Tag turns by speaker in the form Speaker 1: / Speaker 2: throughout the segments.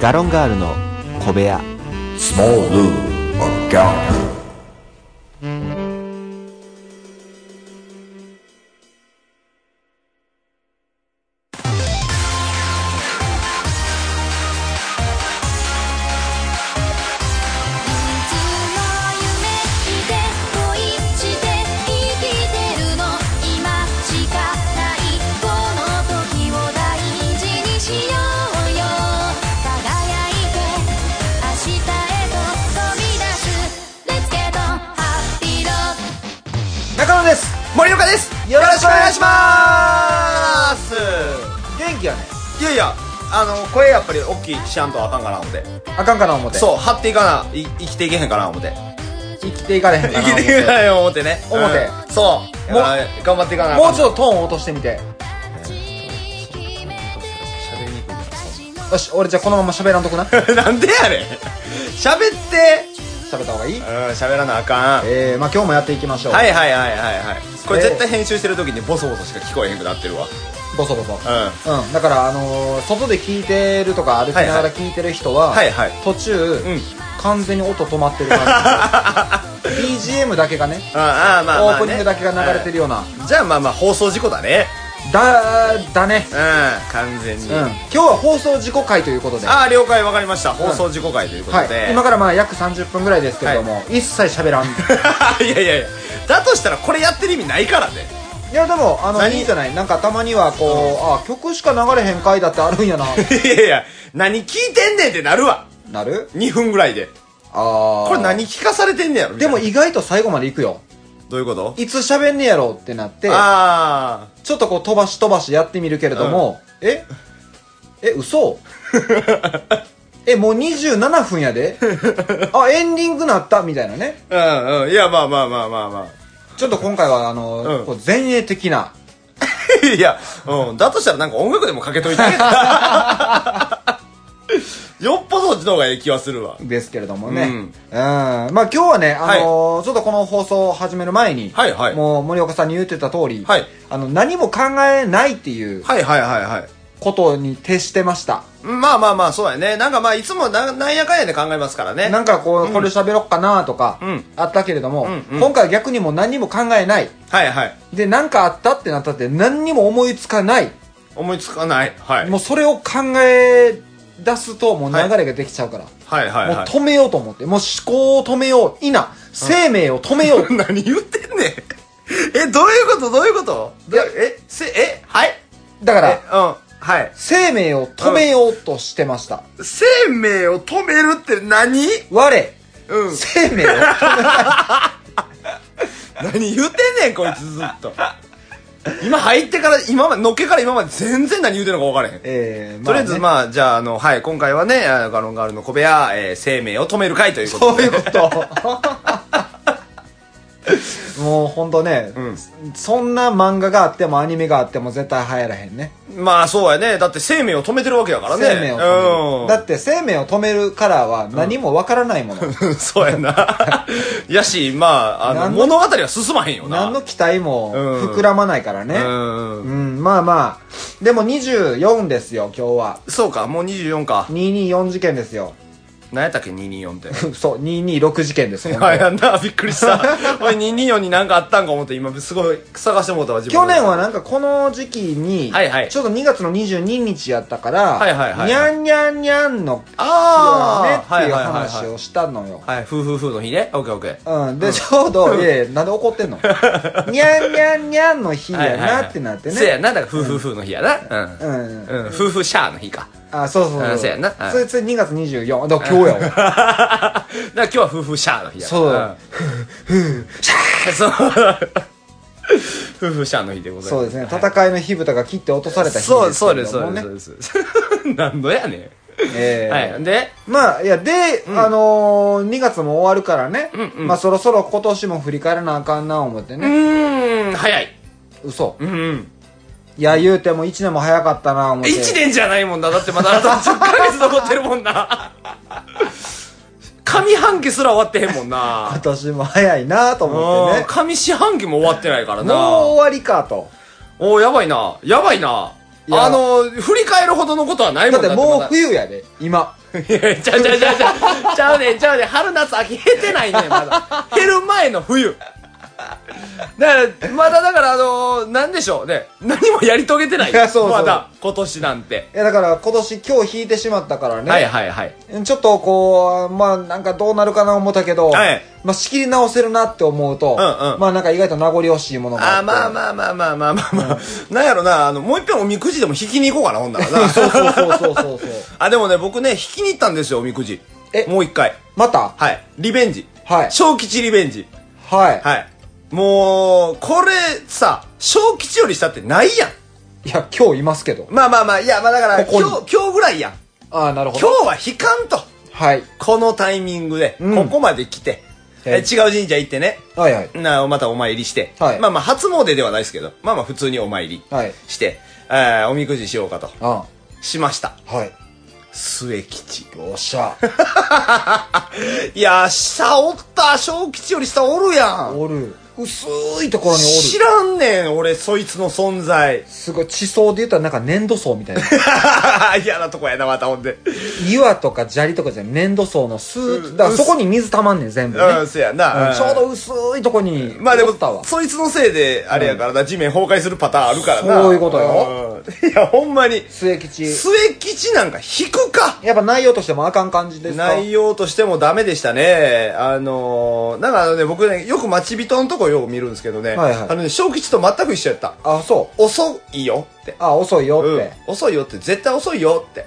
Speaker 1: ガロンガールの小部屋
Speaker 2: Small Lou or Gallo.
Speaker 3: いつも夢見て恋して生きてるの今しかないこの時を大事にしようよ輝いて明日へと飛び出す Let's get on Happy Road
Speaker 4: 中野です
Speaker 5: 森岡です
Speaker 4: よろしくお願いしま
Speaker 5: ます
Speaker 4: す元気やね
Speaker 5: いやいやあの声やっぱり大きいしやんとあかんかな思って
Speaker 4: あかんかな思って
Speaker 5: そう張っていかない生きていけへんかな思って
Speaker 4: 生きていかれへんかな
Speaker 5: 生
Speaker 4: 思っ
Speaker 5: き
Speaker 4: て
Speaker 5: ていけない思ってね
Speaker 4: 思って
Speaker 5: うんそう
Speaker 4: もう
Speaker 5: だから頑張っていかな
Speaker 4: もうちょ
Speaker 5: っ
Speaker 4: っとトーン落としてみて
Speaker 5: と喋りにくい
Speaker 4: よし俺じゃあこのまま喋らんとくな喋っ
Speaker 5: から なんでやねん喋って
Speaker 4: た方がいい
Speaker 5: うん喋らなあかんはい
Speaker 4: えー、まあ今日もやっていきましょう
Speaker 5: はいはいはいはいこれ絶対編集してる時にボソボソしか聞こえへんくなってるわ
Speaker 4: ボソボソ
Speaker 5: うんは
Speaker 4: うん、だから、あのー外で聞いてるとか歩きながら聞いてる人は、
Speaker 5: いはい
Speaker 4: 途中、
Speaker 5: うん
Speaker 4: 完全に音止まってる感じ BGM だけがね
Speaker 5: ああ まあまあ、ね、
Speaker 4: オープニングだけが流れてるような、
Speaker 5: じゃあまあまあ放送事故だね
Speaker 4: だだね
Speaker 5: うん完全
Speaker 4: う
Speaker 5: に、
Speaker 4: ん今日は放送事故回ということで
Speaker 5: ああ了解わかりました放送事故回ということで、
Speaker 4: はい、今からまあ約30分ぐらいですけれども、一切喋らんい
Speaker 5: いやいやいやだとしたらこれやってる意味ないからね
Speaker 4: やでもあの
Speaker 5: 何
Speaker 4: いいじゃないなんかたまにはこう、あ曲しか流れへん回だってあるんやな
Speaker 5: いやいや何聞いてんねんってなるわ
Speaker 4: なる
Speaker 5: 2分ぐらいで
Speaker 4: ああ
Speaker 5: これ何聞かされてんねやろみた
Speaker 4: で
Speaker 5: いな
Speaker 4: も意外と最後まで行くよ
Speaker 5: どういうこと
Speaker 4: いつ喋んねやろうってなって
Speaker 5: あ
Speaker 4: ちょっとこう飛ばし飛ばしやってみるけれども、ええ、 嘘え、もう27分 やであ、エンディングなったみたいなね。
Speaker 5: あうんうんいやまあまあまあまあ ま
Speaker 4: ちょっと今回は、あの、
Speaker 5: うん
Speaker 4: こう前衛的な。
Speaker 5: あいや、うん、だとしたらなんか音楽でもかけといて よっぽどそっちの方がいい気はするわ
Speaker 4: ですけれどもね。う
Speaker 5: うんん。
Speaker 4: まあ今日はね、あのーちょっとこの放送を始める前に、
Speaker 5: はいはい
Speaker 4: もう森岡さんに言ってた通り、
Speaker 5: はい
Speaker 4: あの、何も考えないっていう
Speaker 5: はいはいはいはい
Speaker 4: ことに徹してました。
Speaker 5: まあまあまあそうやねなんかまあいつもななんやかんやで考えますからね
Speaker 4: なんかこう、これ喋ろっかなとか
Speaker 5: うん、
Speaker 4: あったけれども、
Speaker 5: うんうん
Speaker 4: 今回は逆にもう何も考えない。
Speaker 5: はいはい
Speaker 4: で、なんかあったってなったって何にも思いつかない。
Speaker 5: 思いつかないはい
Speaker 4: もうそれを考え出すともう流れができちゃうから。
Speaker 5: はいはい
Speaker 4: もう
Speaker 5: はい
Speaker 4: 止めようと思って。もう思考を止めよう。いな、生命を止めよう。
Speaker 5: 何言ってんねん。え、どういうことどういうことどうえ、せ、え、はい
Speaker 4: だか
Speaker 5: え、
Speaker 4: ら、
Speaker 5: うん。はい。
Speaker 4: 生命を止めようとしてました。
Speaker 5: 生命を止めるって何
Speaker 4: 我、
Speaker 5: うん。
Speaker 4: 生命を。
Speaker 5: 何言ってんねん、こいつずっと。今入ってから、今まで、のっけから今まで全然何言うてんのか分からへん。
Speaker 4: えー
Speaker 5: とりあえず、
Speaker 4: あ
Speaker 5: まあ、じゃあ、あの、はい、今回はね、あガロンガールの小部屋、えー生命を止める会ということ
Speaker 4: ね、そうい
Speaker 5: で。
Speaker 4: う こと。もうほんとね、
Speaker 5: ん
Speaker 4: そんな漫画があってもアニメがあっても絶対流行らへんね。
Speaker 5: まあ、そうやね。だって生命を止めてるわけやからね。
Speaker 4: 生命を止める、
Speaker 5: うん。
Speaker 4: だって生命を止めるからは何もわからな いもの、
Speaker 5: うんそうや な。やし、まあ、あの、
Speaker 4: 何の
Speaker 5: 物語は進まへんよな。
Speaker 4: 何の期待も
Speaker 5: うん
Speaker 4: 膨らまないからね、うん
Speaker 5: うん。
Speaker 4: まあまあでも24ですよ今日は
Speaker 5: そうか、もう24か。
Speaker 4: 224事件ですよ
Speaker 5: 何やったっけ、224って。
Speaker 4: そう226事件 ですよ
Speaker 5: はい、やんな、びっくりした。 おい、224になんかあったんか思って、今、すごい探してもうたわ、自
Speaker 4: 去
Speaker 5: 分で
Speaker 4: 年はなんかこの時期に、
Speaker 5: はいはい
Speaker 4: ちょっと2月の22日やったから、
Speaker 5: はいはいはい
Speaker 4: にゃんにゃんにゃんの
Speaker 5: ああ、
Speaker 4: 日だねっていう
Speaker 5: はいはい
Speaker 4: 話
Speaker 5: はい
Speaker 4: をしたのよ、
Speaker 5: はい。はい、夫婦夫婦の日ね。オッケーオッケー。
Speaker 4: うん、で、ちょ うど、いやいやなんで怒ってんのにゃんにゃんにゃんの日やなってなってね。
Speaker 5: せやな、だから夫婦夫婦の日やな。
Speaker 4: う。
Speaker 5: うんん。うん、夫婦シャアの日か。
Speaker 4: あ、そうそうそう。
Speaker 5: あそうやなはい
Speaker 4: そいつ2月24。だから今日やわ。
Speaker 5: だから今日は夫婦シャアの日や
Speaker 4: そう
Speaker 5: だ。ふふ、シャアそう。夫婦シャアの日でございます。
Speaker 4: そうですね。
Speaker 5: はい
Speaker 4: 戦いの火蓋が切って落とされた日
Speaker 5: そう、
Speaker 4: です
Speaker 5: そう
Speaker 4: け
Speaker 5: で
Speaker 4: れ
Speaker 5: す、
Speaker 4: ど
Speaker 5: そ
Speaker 4: も
Speaker 5: うで
Speaker 4: ね。
Speaker 5: すそうです。 何のやね
Speaker 4: え
Speaker 5: ん。
Speaker 4: ー
Speaker 5: はい。で、
Speaker 4: まあ、いや、で、あのー、2月も終わるからね。
Speaker 5: うんうん
Speaker 4: まあ、そろそろ今年も振り返らなあかんな思って
Speaker 5: う
Speaker 4: ね。
Speaker 5: ーん、早い。
Speaker 4: 嘘。
Speaker 5: うんうん。
Speaker 4: いや、言うても1年も早かったな思って。
Speaker 5: 1年じゃないもんなだってまだあと10ヶ月残ってるもんな上半期すら終わってへんもんな
Speaker 4: 今年も早いなと思っ
Speaker 5: うん
Speaker 4: てね。
Speaker 5: 上四半期も終わってないから
Speaker 4: もう
Speaker 5: な
Speaker 4: 終わりかと。
Speaker 5: おおやばいなやばいな
Speaker 4: や
Speaker 5: あの振り返るほどのことはない
Speaker 4: だ
Speaker 5: も
Speaker 4: っ
Speaker 5: ん
Speaker 4: てもう
Speaker 5: だって
Speaker 4: 冬やで今
Speaker 5: まだいやちゃうちゃうちゃうちゃうちゃうねんちゃうねん春夏秋減ってないねんまだ減る前の冬だからまだだからあのー、なんでしょうね何もやり遂げてない
Speaker 4: いやそうそう
Speaker 5: まだ今年なんて
Speaker 4: いやだから今年今日引いてしまったからね、
Speaker 5: はいはいはい
Speaker 4: ちょっとこうまあなんかどうなるかな思ったけど、
Speaker 5: はい
Speaker 4: まあ、仕切り直せるなって思う
Speaker 5: うん
Speaker 4: と、
Speaker 5: うん
Speaker 4: まあなんか意外と名残惜しいものが
Speaker 5: あ
Speaker 4: あって
Speaker 5: まあまあまあまあまあまあまあ、なんやろなあのもう一回おみくじでも引きに行こうかなほんならな
Speaker 4: そうそうそうそうそうそう
Speaker 5: あでもね僕ね引きに行ったんですよおみくじ
Speaker 4: え
Speaker 5: もう一回
Speaker 4: また
Speaker 5: はいリベンジ
Speaker 4: はい
Speaker 5: 小吉リベンジ
Speaker 4: はい、
Speaker 5: はいもうこれさ小吉より下ってないやん
Speaker 4: い、や今日いますけど
Speaker 5: まあまあまあいやまあだから
Speaker 4: ここに
Speaker 5: 今日今日ぐらいやん
Speaker 4: ああなるほ
Speaker 5: 今
Speaker 4: ど
Speaker 5: 日は引かんと
Speaker 4: はい
Speaker 5: このタイミングで、
Speaker 4: うん
Speaker 5: ここまで来て、え
Speaker 4: え
Speaker 5: 違う神社行ってね
Speaker 4: はいはい
Speaker 5: なまたお参りして、
Speaker 4: はい
Speaker 5: まあまあ初詣ではないですけどまあまあ普通にお参り
Speaker 4: はい
Speaker 5: して、えーおみくじしようかと
Speaker 4: あ
Speaker 5: しました
Speaker 4: あはい
Speaker 5: 末吉
Speaker 4: よっし ゃ
Speaker 5: いやー下おった小吉より下おるやん
Speaker 4: おる薄いところにおる
Speaker 5: 知らんねん俺そいつの存 在
Speaker 4: すごい地層で言ったらなんか粘土層みたいな
Speaker 5: 嫌なとこやなまたほんで
Speaker 4: 岩とか砂利とかじゃない粘土層のスーッ
Speaker 5: う
Speaker 4: だからそこに水たまんねん全部ね、
Speaker 5: うんそやな、
Speaker 4: うんちょうど薄いとこに
Speaker 5: まあで
Speaker 4: お
Speaker 5: も
Speaker 4: ったわ
Speaker 5: そいつのせいであれやからな、地面崩壊するパターンあるからな
Speaker 4: そういうことよ、
Speaker 5: うんいやほんまに
Speaker 4: 末吉
Speaker 5: 末吉なんか引くか
Speaker 4: やっぱ内容としてもあかん感じですか
Speaker 5: 内容としてもダメでしたね。あのー、なんかあのね、僕ね、よく待ち人のとこよく見るんですけどね、
Speaker 4: はいはい
Speaker 5: あのね、小吉と全く一緒やった。
Speaker 4: あそう
Speaker 5: 遅いよって。
Speaker 4: あ遅いよって、
Speaker 5: うん、遅いよって絶対遅いよって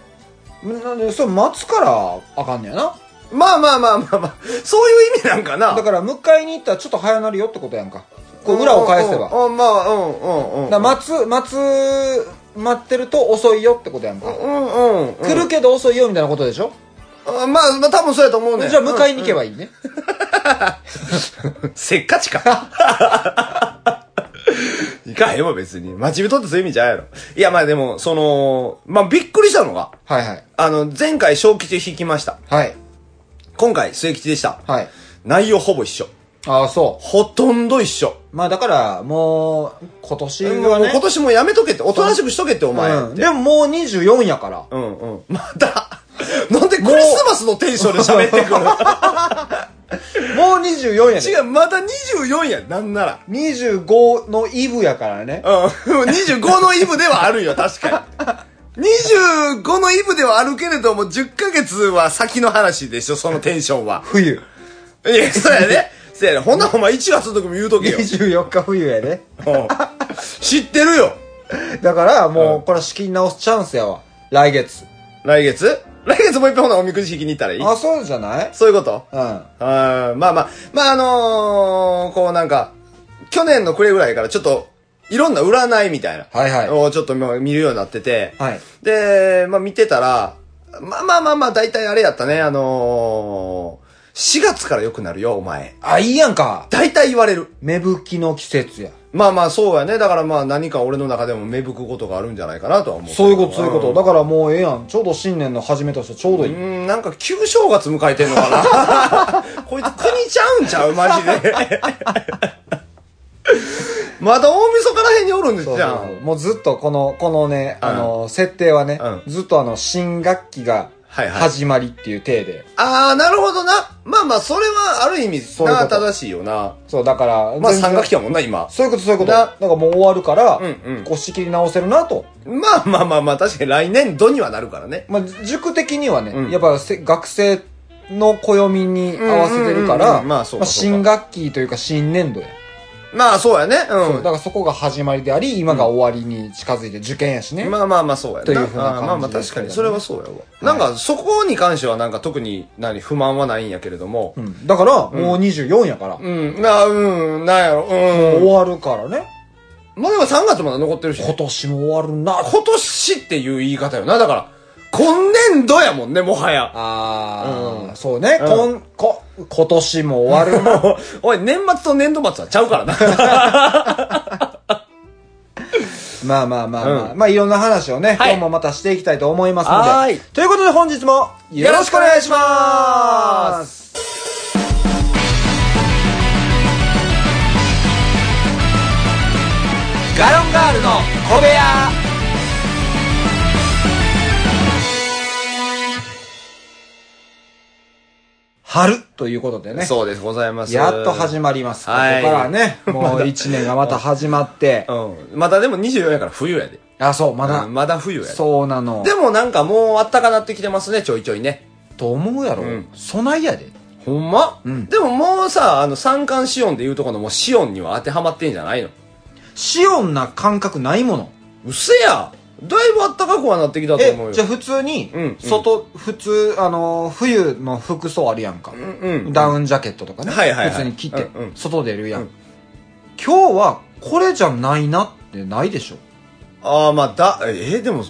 Speaker 4: なんでそれ待つからあかんねやな
Speaker 5: まあまあまあまあまあそういう意味なんかな
Speaker 4: だから迎えに行ったらちょっと早なるよってことやんかこう裏を返せばだか
Speaker 5: うんうんまあうんうんうん
Speaker 4: ら待つ待つ待ってると遅いよってことやんか
Speaker 5: うんうんうん
Speaker 4: 来るけど遅いよみたいなことでしょ
Speaker 5: あまあまあ多分そうやと思うねん
Speaker 4: じゃあ迎えに行けばいいね
Speaker 5: うんせっかちか いかへんわ別に待ち人ってそういう意味じゃないやろいやまあでもそのまあびっくりしたのが
Speaker 4: はいはい
Speaker 5: あの前回小吉引きました
Speaker 4: はい
Speaker 5: 今回末吉でした
Speaker 4: はい
Speaker 5: 内容ほぼ一緒
Speaker 4: ああそ
Speaker 5: ほとんど一緒
Speaker 4: うまあだからもう今年
Speaker 5: も
Speaker 4: は
Speaker 5: う
Speaker 4: ね
Speaker 5: 今年もやめとけっておとなしくしとけってお前
Speaker 4: うんでももう24やから
Speaker 5: うんうん。また、 なんでクリスマスのテンションで喋ってくる
Speaker 4: もう24や で
Speaker 5: 違う、また24や、なんなら。
Speaker 4: 25のイブやからね
Speaker 5: うん。25のイブではあるよ、確かに。25のイブではあるけれども、10ヶ月は先の話でしょ、そのテンションは。
Speaker 4: 冬
Speaker 5: いや、そうやね。そうやね。ほんならお前1月の時も言うとけよ。
Speaker 4: 24日冬やで
Speaker 5: うん知ってるよ。
Speaker 4: だからも
Speaker 5: うん
Speaker 4: うこれは仕切り直すチャンスやわ来月
Speaker 5: 来月来月もう一回ほなおみくじ引きに行ったらいい
Speaker 4: あそうじゃない
Speaker 5: そういうこと
Speaker 4: うん
Speaker 5: あーまあまあ、まああのーこうなんか、去年の暮れぐらいからちょっと、いろんな占いみたいな。
Speaker 4: はいはい
Speaker 5: をちょっとまあ見るようになってて。
Speaker 4: はい
Speaker 5: で、まあ見てたら、まあまあまあまあ、大体あれやったね、あのー、4月から良くなるよ、お前。
Speaker 4: あいいやんか
Speaker 5: 大体言われる。
Speaker 4: 芽吹きの季節や
Speaker 5: まあまあ、そうやね。だからまあ何か俺の中でも芽吹くことがあるんじゃないかなとは思う。
Speaker 4: そういうことそういうことだ
Speaker 5: か
Speaker 4: からもうええやんちょうど新年の初めとしてちょうどいい
Speaker 5: うん、なんか旧正月迎えてんのかな こいつ国ちゃうんちゃうマジで。 まだ大晦日らへんにおるんです
Speaker 4: そう
Speaker 5: じゃ。
Speaker 4: そうそうんもうずっとこの、このね、
Speaker 5: うん
Speaker 4: あの、設定はね、
Speaker 5: うん
Speaker 4: ずっとあの、新学期が
Speaker 5: はいはい
Speaker 4: 始まりっていう体で。
Speaker 5: ああ、なるほどな。まあまあ、それはある意味、
Speaker 4: ういうこ
Speaker 5: な、
Speaker 4: と
Speaker 5: 正しいよな。
Speaker 4: そう、だから、
Speaker 5: まあ、
Speaker 4: 全然
Speaker 5: 三学期やもんな、今。
Speaker 4: そういうこと、そういうこと。
Speaker 5: な
Speaker 4: だからもう終わるから、
Speaker 5: うんうん
Speaker 4: こう仕切り直せるなと。
Speaker 5: まあまあまあまあ、確かに来年度にはなるからね。
Speaker 4: まあ、塾的にはね、
Speaker 5: うん
Speaker 4: やっぱせ学生の暦に合わせて
Speaker 5: う
Speaker 4: るか
Speaker 5: んうんうん
Speaker 4: ら、
Speaker 5: うんまあそうかそうか
Speaker 4: 新学期というか新年度や。
Speaker 5: まあ、そうやね。
Speaker 4: そう
Speaker 5: う
Speaker 4: だからそこが始まりであり、今が終わりに近づいて受験やしね。
Speaker 5: ん。まあまあまあ、そうやな。
Speaker 4: というふうな感じ
Speaker 5: あーまあまあ、
Speaker 4: で
Speaker 5: 確
Speaker 4: す
Speaker 5: か
Speaker 4: けどね
Speaker 5: に。それはそうやわ。なんか、そこに関しては、なんか特に、何、不満はないんやけれども
Speaker 4: う。んだから、もう24やから、
Speaker 5: うん、な、うん、なんやろ、うん
Speaker 4: 終。わるからね。
Speaker 5: まあでも3月まだ残ってるし。
Speaker 4: 今年も終わるな、
Speaker 5: 今年っていう言い方よな。だから、今年度やもんね、もはや。
Speaker 4: あー
Speaker 5: うん
Speaker 4: そうね、
Speaker 5: うん
Speaker 4: こんこ今年も終わ るな
Speaker 5: おい、年末と年度末はちゃう からな。
Speaker 4: まあまあまあまあ、
Speaker 5: う
Speaker 4: まあいろんな話をね、
Speaker 5: はい
Speaker 4: 今日もまたしていきたいと思いますので
Speaker 5: はーい
Speaker 4: ということで本日もよろしくお願いします
Speaker 5: すガロンガールの小部屋
Speaker 4: 春ということでね。
Speaker 5: そうです、ございます。
Speaker 4: やっと始まります。ここか
Speaker 5: はい
Speaker 4: らね、もう1年がまた始まって。
Speaker 5: うん。まだでも24やから冬やで。
Speaker 4: あ、そう、まだ
Speaker 5: うん。まだ冬やで。
Speaker 4: そうなの。
Speaker 5: でもなんかもうあったかなってきてますね、ちょいちょいね。
Speaker 4: と思うやろ
Speaker 5: うん。
Speaker 4: そないやで。
Speaker 5: ほんま、
Speaker 4: うん
Speaker 5: でももうさ、あの、三寒四温でいうとこのもう四温には当てはまってんじゃないの
Speaker 4: シオンな感覚ないもの。
Speaker 5: うせやだいぶあったかくはなってきたと思う
Speaker 4: え
Speaker 5: よ。、
Speaker 4: じゃあ普通に
Speaker 5: うんうん、
Speaker 4: 外、普通、あのー、冬の服装あるやんか。
Speaker 5: うんうん。
Speaker 4: ダウンジャケットとかね。
Speaker 5: はいはいはい
Speaker 4: 普通に着て
Speaker 5: うんう、ん
Speaker 4: 外出るや
Speaker 5: うんん。
Speaker 4: 今日はこれじゃないなってないでしょ。
Speaker 5: ああ、まあ、だ、えーでも、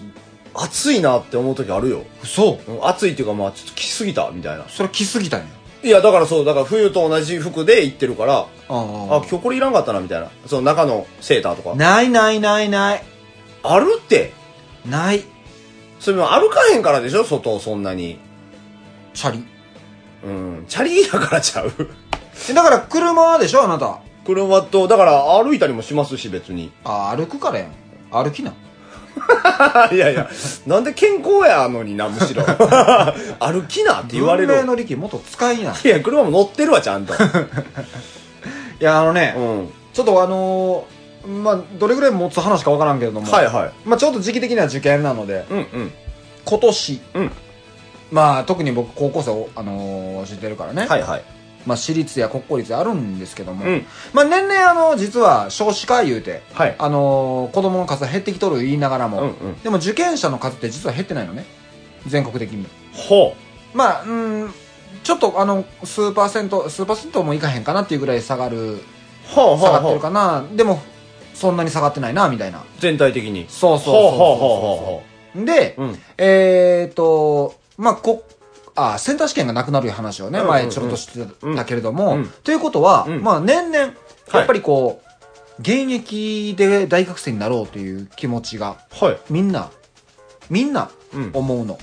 Speaker 5: 暑いなって思う時あるよ。
Speaker 4: 嘘
Speaker 5: うん暑いっていうかまあ、ちょっと着すぎたみたいな。
Speaker 4: それ着すぎたんや。
Speaker 5: いや、だからそう、だから冬と同じ服で行ってるから、あ
Speaker 4: あ、
Speaker 5: 今日これいらんかったなみたいな。その中のセーターと
Speaker 4: あ。
Speaker 5: か。
Speaker 4: ないないないない。
Speaker 5: あるって。
Speaker 4: ない。
Speaker 5: それも歩かへんからでしょ外をそんなに。
Speaker 4: チャリ。
Speaker 5: うん。チャリだからちゃう。
Speaker 4: えだから車でしょあなた。
Speaker 5: 車と、だから歩いたりもしますし、別に。
Speaker 4: あ、歩くからやん。歩きな。
Speaker 5: いやいや、なんで健康やのにな、む しろ。歩きなって言われ
Speaker 4: 文明
Speaker 5: る。
Speaker 4: の利器もっと使いな。い
Speaker 5: いや、車も乗ってるわ、ちゃんと。
Speaker 4: や、あのね
Speaker 5: う、ん。
Speaker 4: ちょっとあのー、まあ、どれぐらい持つ話かわからんけれど も。
Speaker 5: はいはい。
Speaker 4: まあ、ちょっと時期的には受験なので、
Speaker 5: うんうん。
Speaker 4: 今年。
Speaker 5: うん
Speaker 4: まあ、特に僕、高校生を、あのー教えてるからね。
Speaker 5: はいはい。
Speaker 4: まあ、私立や国公立あるんですけども。
Speaker 5: うん
Speaker 4: まあ、年々、あの、実は少子化言うて、
Speaker 5: はい。
Speaker 4: あのー子供の数は減ってきとる言いながら
Speaker 5: う
Speaker 4: も、
Speaker 5: んうん。
Speaker 4: でも受験者の数って実は減ってないのね。全国的に。
Speaker 5: ほ
Speaker 4: まあ、うん、ちょっとあの、数パーセント、数パーセントもいかへんかなっていうぐらい下がる、
Speaker 5: う。ほうほ
Speaker 4: 下
Speaker 5: う
Speaker 4: がって
Speaker 5: ほ
Speaker 4: る
Speaker 5: う。
Speaker 4: かな。でも、そんなに下がってないな、みたいな。
Speaker 5: 全体的に。
Speaker 4: そうそう
Speaker 5: ほうほうほうほ
Speaker 4: そうそう。で
Speaker 5: う、ほう。うん。
Speaker 4: えっ、と、まあ、こ、あ、センター試験がなくなるいう話をね、
Speaker 5: うん
Speaker 4: 前ちょろっとしてたけれど
Speaker 5: う
Speaker 4: も、
Speaker 5: ん
Speaker 4: ということは、
Speaker 5: うん
Speaker 4: まあ、年々、
Speaker 5: い
Speaker 4: やっぱりこう、現役で大学生になろうという気持ちが、
Speaker 5: はい。
Speaker 4: みんな、みんな
Speaker 5: うん。
Speaker 4: 思うの。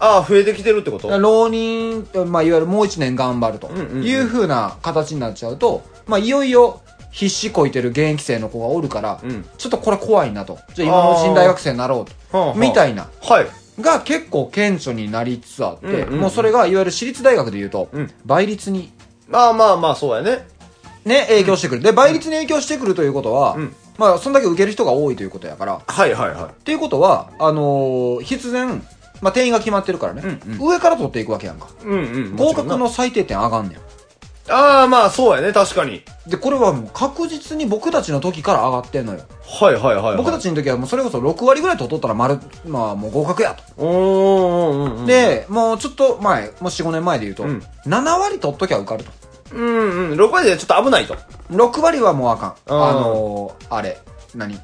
Speaker 5: ああ、増えてきてるってこと
Speaker 4: 浪人、まあ、いわゆるもう一年頑張ると
Speaker 5: うんうんうん
Speaker 4: いうふうな形になっちゃうと、まあ、いよいよ必死こいてる現役生の子がおるから、
Speaker 5: うん。
Speaker 4: ちょっとこれ怖いなと。じゃあ今のうちに大学生になろう
Speaker 5: はあはあ
Speaker 4: と。みたいな。
Speaker 5: はい。
Speaker 4: が結構顕著になりつつあって、
Speaker 5: うんうんうん
Speaker 4: もうそれがいわゆる私立大学で言うと、
Speaker 5: うん
Speaker 4: 倍率に
Speaker 5: まあまあまあ、そうやね。
Speaker 4: ね、影響してくる。で、倍率に影響してくるということは、
Speaker 5: うん
Speaker 4: まあ、そんだけ受ける人が多いということやから、
Speaker 5: はいはいは
Speaker 4: っていうことは、あのー必然、まあ、定員が決まってるからね、
Speaker 5: うん
Speaker 4: 上から取っていくわけやんか。
Speaker 5: い。うんうん。
Speaker 4: 合格
Speaker 5: も
Speaker 4: の最低点上がんねん。
Speaker 5: ちろんな。ああ、まあそうやね、確かに。
Speaker 4: で、これはもう確実に僕たちの時から上がってんのよ。
Speaker 5: はいはいはいはい。
Speaker 4: 僕たちの時はもうそれこそ6割ぐらい取っとったら丸、まあもう合格やと。
Speaker 5: うーんうんうん。、
Speaker 4: で、もうちょっと前、もう4、5年前で言うと、
Speaker 5: うん
Speaker 4: 7割取っときゃ受かると。
Speaker 5: うんうん。6割でちょっと危ないと。
Speaker 4: 6割はもうあかん。
Speaker 5: あー
Speaker 4: あのー、あれ、何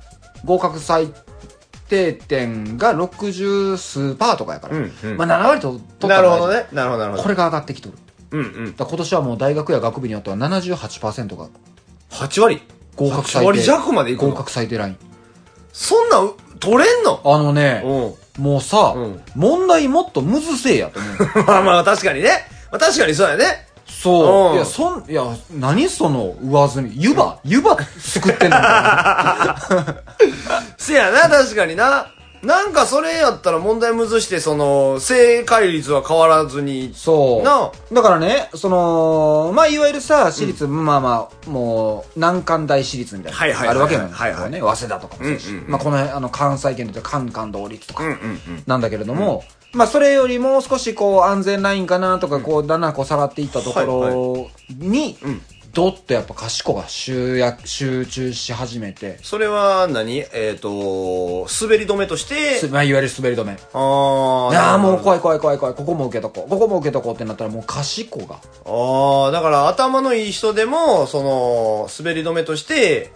Speaker 4: 合格最低点が60数パーとかやから。
Speaker 5: うんうん
Speaker 4: まあ7割と取った
Speaker 5: な
Speaker 4: ら
Speaker 5: る
Speaker 4: 大
Speaker 5: ほ
Speaker 4: 丈夫
Speaker 5: どね。なるほどなるほど。
Speaker 4: これが上がってきとる。だ
Speaker 5: うんうん。
Speaker 4: から今年はもう大学や学部によっては78%が
Speaker 5: 8割
Speaker 4: 合格最
Speaker 5: 8
Speaker 4: 低。
Speaker 5: 割弱までいくの
Speaker 4: 合格最低ライン。
Speaker 5: そんなんう取れんの
Speaker 4: あのね、
Speaker 5: う
Speaker 4: もうさ、
Speaker 5: うん
Speaker 4: 問題もっとむずせえやと思 う。
Speaker 5: ん。まあまあ確かにね。まあ確かにそうやね。
Speaker 4: そうう。
Speaker 5: ん
Speaker 4: いや、そん、いや、何その上積み。湯葉、湯葉作ってん のか
Speaker 5: せやな、確かにな。なんかそれやったら問題むずして、その、正解率は変わらずに。
Speaker 4: そう。
Speaker 5: な
Speaker 4: だからね、その、まあ、いわゆるさ、私立、まあまあ、もう、難関大私立みたいな。
Speaker 5: はいはいはい
Speaker 4: ある
Speaker 5: はい
Speaker 4: わけなんです
Speaker 5: はいは
Speaker 4: よ
Speaker 5: い
Speaker 4: ね。早稲田とかもそうだし。
Speaker 5: うんうんうん
Speaker 4: まあ、この辺、あの、関西圏で言うと、関関同立と
Speaker 5: うん
Speaker 4: か
Speaker 5: うんうん。
Speaker 4: なんだけれども、まあ、それよりもう少し、こう、安全ラインかなとか、こう、だんだんこう、下がっていったところに、
Speaker 5: うん
Speaker 4: どっとやっぱ賢が集約、集中し始めて、
Speaker 5: それは何えっ、と、滑り止めとして
Speaker 4: す、まあ、いわゆる滑り止め。
Speaker 5: あ
Speaker 4: いやーもう
Speaker 5: い。
Speaker 4: 怖い怖い怖い怖い。ここも受けとこう。ここも受けとこうってなったらもう賢が。
Speaker 5: ああ、だから頭のいい人でも、その、滑り止めとして、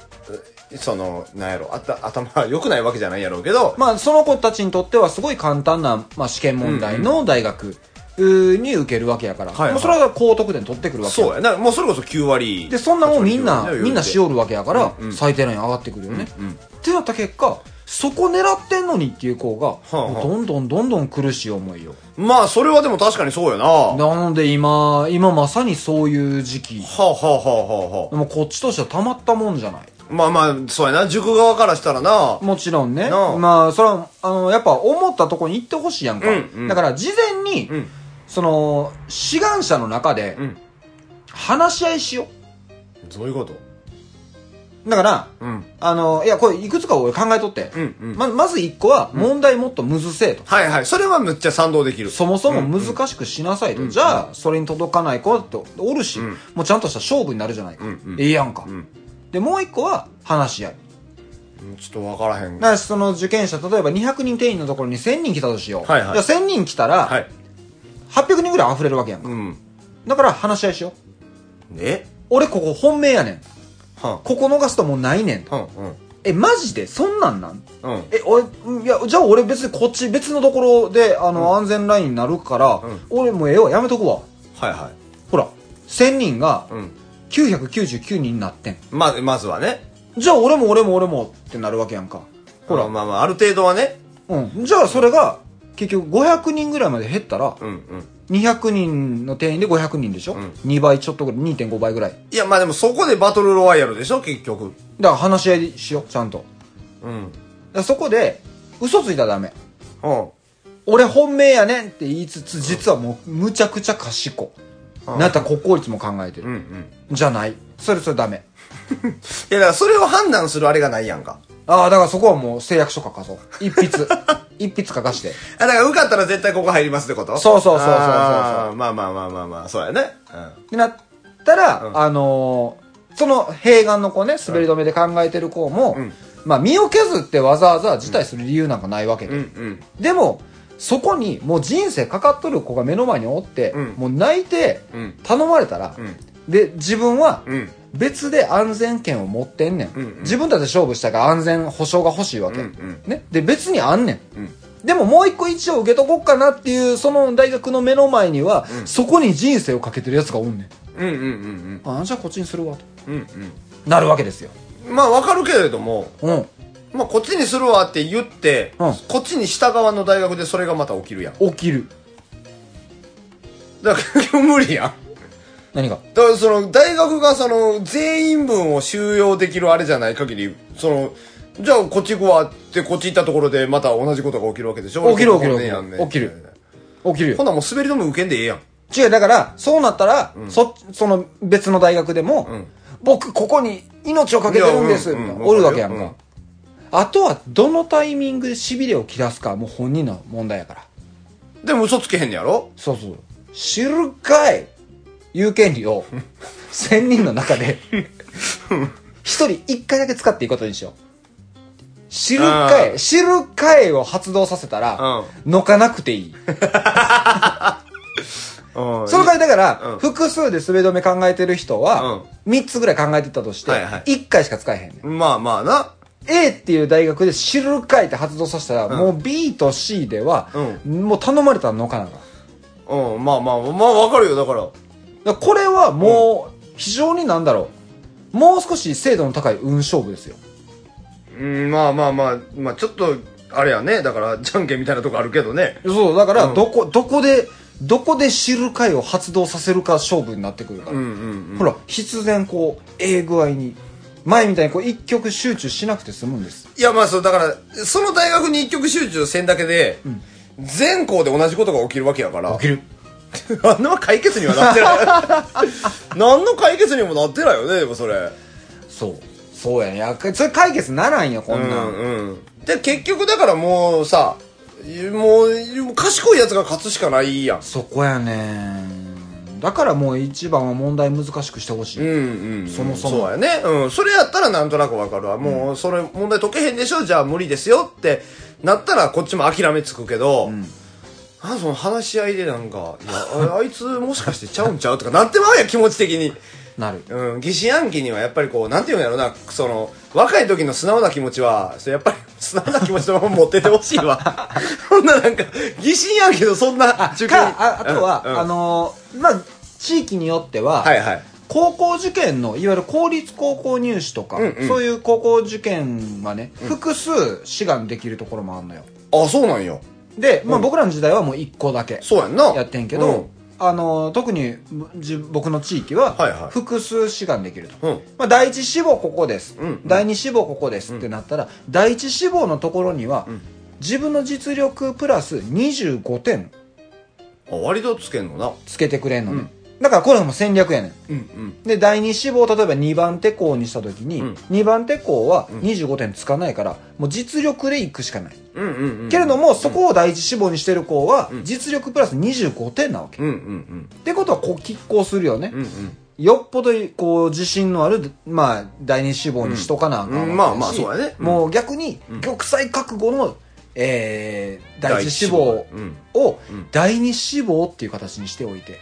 Speaker 5: うその、なんやろ、あた頭 は良くないわけじゃないやろうけど、
Speaker 4: まあその子たちにとってはすごい簡単な、まあ、試験問題の大学うーに受けるわけやから。
Speaker 5: いはい
Speaker 4: もうそれは高得点取ってくるわけ
Speaker 5: そう
Speaker 4: や。
Speaker 5: やな、もうそれこそ9割。
Speaker 4: で、そんなもんみん
Speaker 5: 8
Speaker 4: な、
Speaker 5: 割
Speaker 4: みんなしおるわけやから
Speaker 5: うんう、ん
Speaker 4: 最低ライン上がってくるよね。
Speaker 5: うんうん
Speaker 4: ってなった結果、そこ狙ってんのにっていう子が、
Speaker 5: あはあ
Speaker 4: もうどんどんどんどん苦しい思いを。
Speaker 5: まあ、それはでも確かにそうやな。は
Speaker 4: なので今、今まさにそういう時期。
Speaker 5: あ、はあはあはあは
Speaker 4: もうこっちとしてはたまったもんじゃない。
Speaker 5: あ、まあまあ、そうやな、塾側からしたらな。
Speaker 4: もちろんね。
Speaker 5: なあ
Speaker 4: まあ、それは、あの、やっぱ思ったとこに行ってほしいやんか。
Speaker 5: うんうん
Speaker 4: だから、事前に、
Speaker 5: うん。
Speaker 4: その志願者の中で
Speaker 5: うん
Speaker 4: 話し合いしよ
Speaker 5: どういうこと
Speaker 4: うだから
Speaker 5: うん
Speaker 4: あのいやこれいくつか俺考えとって、
Speaker 5: うんうん
Speaker 4: ままず1個は問題もっとむずせえと、
Speaker 5: はいはいそれはむっちゃ賛同できる
Speaker 4: そもそも難しくしなさいと、じゃあそれに届かない子だっておるし、
Speaker 5: ん
Speaker 4: もうちゃんとした勝負になるじゃないか、
Speaker 5: うんうん
Speaker 4: ええやんか、
Speaker 5: ん
Speaker 4: でもう1個は話し合い
Speaker 5: うんちょっと分からへん
Speaker 4: だからその受験者例えば200人定員のところに1000人来たとしよう、
Speaker 5: はいはい
Speaker 4: じゃあ1000人来たら、
Speaker 5: はい
Speaker 4: 800人ぐらい溢れるわけやんか、
Speaker 5: うん
Speaker 4: だから話し合いしよう
Speaker 5: え
Speaker 4: 俺ここ本命やねん
Speaker 5: は
Speaker 4: ここ逃すともうないねんと
Speaker 5: んうん
Speaker 4: えマジでそんなんなん
Speaker 5: うんうん
Speaker 4: え俺うんいやじゃあ俺別にこっち別のところであの、安全ラインになるから、
Speaker 5: うん
Speaker 4: 俺もうええわやめとくわ
Speaker 5: はいは
Speaker 4: ほら1000人が
Speaker 5: いうん
Speaker 4: 999人になってん
Speaker 5: ままずはね
Speaker 4: じゃあ俺も俺も俺もってなるわけやんか
Speaker 5: ほらまあまあある程度はね
Speaker 4: うんじゃあそれが結局500人ぐらいまで減ったら
Speaker 5: うんうん
Speaker 4: 200人の定員で500人でしょ、
Speaker 5: うん
Speaker 4: 2倍ちょっとぐらい2.5倍ぐらいだか
Speaker 5: いやまあでもそこでバトルロワイヤルでしょ結局
Speaker 4: ら話し合いしようちゃんとだか
Speaker 5: うん
Speaker 4: らそこで嘘ついたらダメ
Speaker 5: うん
Speaker 4: 俺本命やねんって言いつつ実はもうむちゃくちゃ賢い
Speaker 5: うん
Speaker 4: なった国公立も考えて
Speaker 5: う
Speaker 4: る
Speaker 5: んうん
Speaker 4: じゃないそれそれダメ
Speaker 5: いやだからそれを判断するあれがないやんか
Speaker 4: ああだからそこはもう誓約書書かそう一 筆一筆書かして
Speaker 5: あだから受かったら絶対ここ入りますってこと
Speaker 4: そうそうそうそうそうそう
Speaker 5: あーまあまあまあまあまあそうやね
Speaker 4: ってなったら、
Speaker 5: うん
Speaker 4: あのーその併願の子ね、滑り止めで考えてる子も、
Speaker 5: うん
Speaker 4: まあ身を削ってわざわざ辞退する理由なんかないわけで。
Speaker 5: うんうん
Speaker 4: でも、そこにもう人生かかっとる子が目の前におって、
Speaker 5: うん
Speaker 4: もう泣いて
Speaker 5: うん
Speaker 4: 頼まれたら、
Speaker 5: うん
Speaker 4: で、自分は
Speaker 5: うん
Speaker 4: 別で安全権を持ってんねん。
Speaker 5: うんうん
Speaker 4: 自分たちで勝負したから安全保障が欲しいわけ。
Speaker 5: うんうん
Speaker 4: ね。で、別にあんねん。
Speaker 5: うん
Speaker 4: でももう一個一応受けとこっかなっていう、その大学の目の前には、
Speaker 5: ん
Speaker 4: そこに人生をかけてるやつがおんねん。
Speaker 5: うんうんうん
Speaker 4: あじゃあこっちにするわと
Speaker 5: うんうん
Speaker 4: なるわけですよ
Speaker 5: うんまあわかるけれども
Speaker 4: うん
Speaker 5: まあこっちにするわって言って、
Speaker 4: うん
Speaker 5: こっちに下側の大学でそれがまた起きるやん
Speaker 4: 起きる
Speaker 5: だ から無理やん
Speaker 4: 何が
Speaker 5: だからその大学がその全員分を収容できるあれじゃない限りそのじゃあこっち行くわってこっち行ったところでまた同じことが起きるわけでしょ
Speaker 4: 起きる
Speaker 5: 俺ここねえやんね
Speaker 4: 起きる起きる
Speaker 5: ほ
Speaker 4: よ
Speaker 5: んならもう滑り止め受けんでええやん
Speaker 4: 違うだからそうなったら、そその別の大学でも、
Speaker 5: ん
Speaker 4: 僕ここに命をかけてるんです
Speaker 5: い
Speaker 4: み
Speaker 5: や
Speaker 4: た
Speaker 5: うん
Speaker 4: いな
Speaker 5: うん
Speaker 4: おるわけやんか、
Speaker 5: うん
Speaker 4: あとはどのタイミングでしびれを切らすかはもう本人の問題やから
Speaker 5: でも嘘つけへんねやろ
Speaker 4: そうそう知るかい有権利 を1000人の中で一人一回だけ使っていいことにしよう知るか
Speaker 5: う
Speaker 4: い知るかいを発動させたら、のかなくていい。
Speaker 5: うん
Speaker 4: その代わりだから、
Speaker 5: うん
Speaker 4: 複数で滑り止め考えてる人は、3つぐらい考えてたとして、
Speaker 5: はいはい
Speaker 4: 1回しか使えへんねん。
Speaker 5: まあまあな
Speaker 4: A っていう大学で知るかいって発動させたら、もう B と C では、もう頼まれたらのかなが。
Speaker 5: うんまあまあまあわかるよだから
Speaker 4: だからこれはもう非常になんだろうもう少し精度の高い運勝負ですよ
Speaker 5: うんまあまあまあまあちょっとあれやねだからじゃんけんみたいなとこあるけどね
Speaker 4: そうだから
Speaker 5: ん
Speaker 4: どこ、どこでどこで知る会を発動させるか勝負になってくるから、
Speaker 5: うんうん
Speaker 4: ほら必然こうええ具合に前みたいにこう一曲集中しなくて済むんです
Speaker 5: いやまあそうだからその大学に一極集中せんだけで、全校で同じことが起きるわけやから
Speaker 4: 起きる
Speaker 5: あんな解決にはなってない 何の解決にもなってないよねでもそれ
Speaker 4: そうそうやねやっぱりそれ解決ならんよこんなん、
Speaker 5: うんうんで結局だからもうさもう賢いやつが勝つしかないやん
Speaker 4: そこやねだからもう一番は問題難しくしてほしい、
Speaker 5: うんうんうん、
Speaker 4: そもそも
Speaker 5: そうやね、うん、それやったらなんとなくわかるわもうそれ問題解けへんでしょじゃあ無理ですよってなったらこっちも諦めつくけど、あその話し合いでなんかいやああいつもしかしてちゃうんちゃうとかなってまうやん気持ち的に、
Speaker 4: なる
Speaker 5: うん、疑心暗鬼にはやっぱりこうなんていうんやろなその若い時の素直な気持ちはそれやっぱり素直な気持ちのまま持っててほしい わそんななんか疑心暗鬼のそんな中
Speaker 4: か
Speaker 5: 間
Speaker 4: ああとは、
Speaker 5: うんうん
Speaker 4: あのーまあ地域によっては、
Speaker 5: はいはい
Speaker 4: 高校受験のいわゆる公立高校入試とか、
Speaker 5: うんうん
Speaker 4: そういう高校受験はね、複数志願できるところもあるのよ
Speaker 5: あそうなんよ
Speaker 4: で、まあ、僕らの時代はもう1個だけ
Speaker 5: そうやんな
Speaker 4: やってんけど、あのー特にじ僕の地域は
Speaker 5: はいはい
Speaker 4: 複数志願できると、
Speaker 5: うん、うん
Speaker 4: まあ、第一志望ここです、
Speaker 5: うん
Speaker 4: 第二志望ここですってなったら、第一志望のところには、自分の実力プラス25点
Speaker 5: あ割とつけんのな
Speaker 4: つけてくれんのね、だからこれも戦略やねん
Speaker 5: うんうん
Speaker 4: で第二志望を例えば2番手校にした時に、
Speaker 5: うん
Speaker 4: 2番手校は25点つかないからもう実力でいくしかない、
Speaker 5: うんうんうん
Speaker 4: けれどもそこを第一志望にしてる校は
Speaker 5: ん
Speaker 4: 実力プラス25点なわけ、
Speaker 5: うんうん
Speaker 4: ってことはこう拮抗するよね、
Speaker 5: うんうん
Speaker 4: よっぽどこう自信のある、まあ、第二志望にしとかなあかんわけ
Speaker 5: うんまあま
Speaker 4: だし
Speaker 5: あそうやねうん
Speaker 4: もう逆に玉砕覚悟の、えー、第一志望
Speaker 5: うん
Speaker 4: を
Speaker 5: うん
Speaker 4: 第二志望っていう形にしておいて